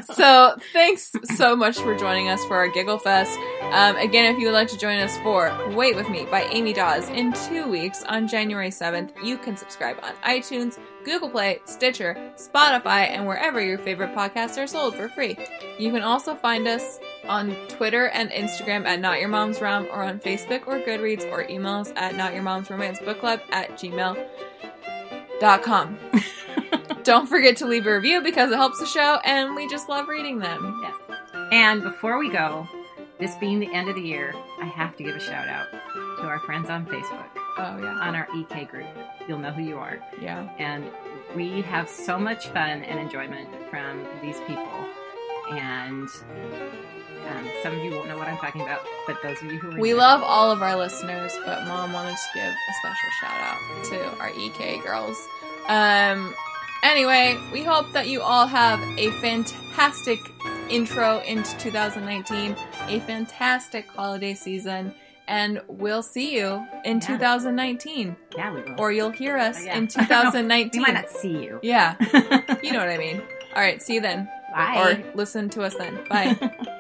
So, so thanks so much for joining us for our giggle fest um, again if you would like to join us for wait with me by amy dawes in two weeks on january 7th you can subscribe on itunes google play stitcher spotify and wherever your favorite podcasts are sold for free you can also find us on twitter and instagram at not your mom's rom or on facebook or goodreads or email us at not your mom's romance book club at gmail.com don't forget to leave a review because it helps the show and we just love reading them. yes. And before we go, this being the end of the year, I have to give a shout out to our friends on Facebook, Oh yeah. on our EK group. You'll know who you are. Yeah. and we have so much fun and enjoyment from these people. And um, some of you won't know what I'm talking about, but those of you who are We new- love all of our listeners, but mom wanted to give a special shout out to our EK girls. Um anyway, we hope that you all have a fantastic intro into 2019, a fantastic holiday season, and we'll see you in Yeah. 2019 yeah, we will. or E you'll hear us Oh, yeah. in we 2019. might not see you. yeah. You know what I mean. All right, see you then. Bye. Or listen to us then. Bye.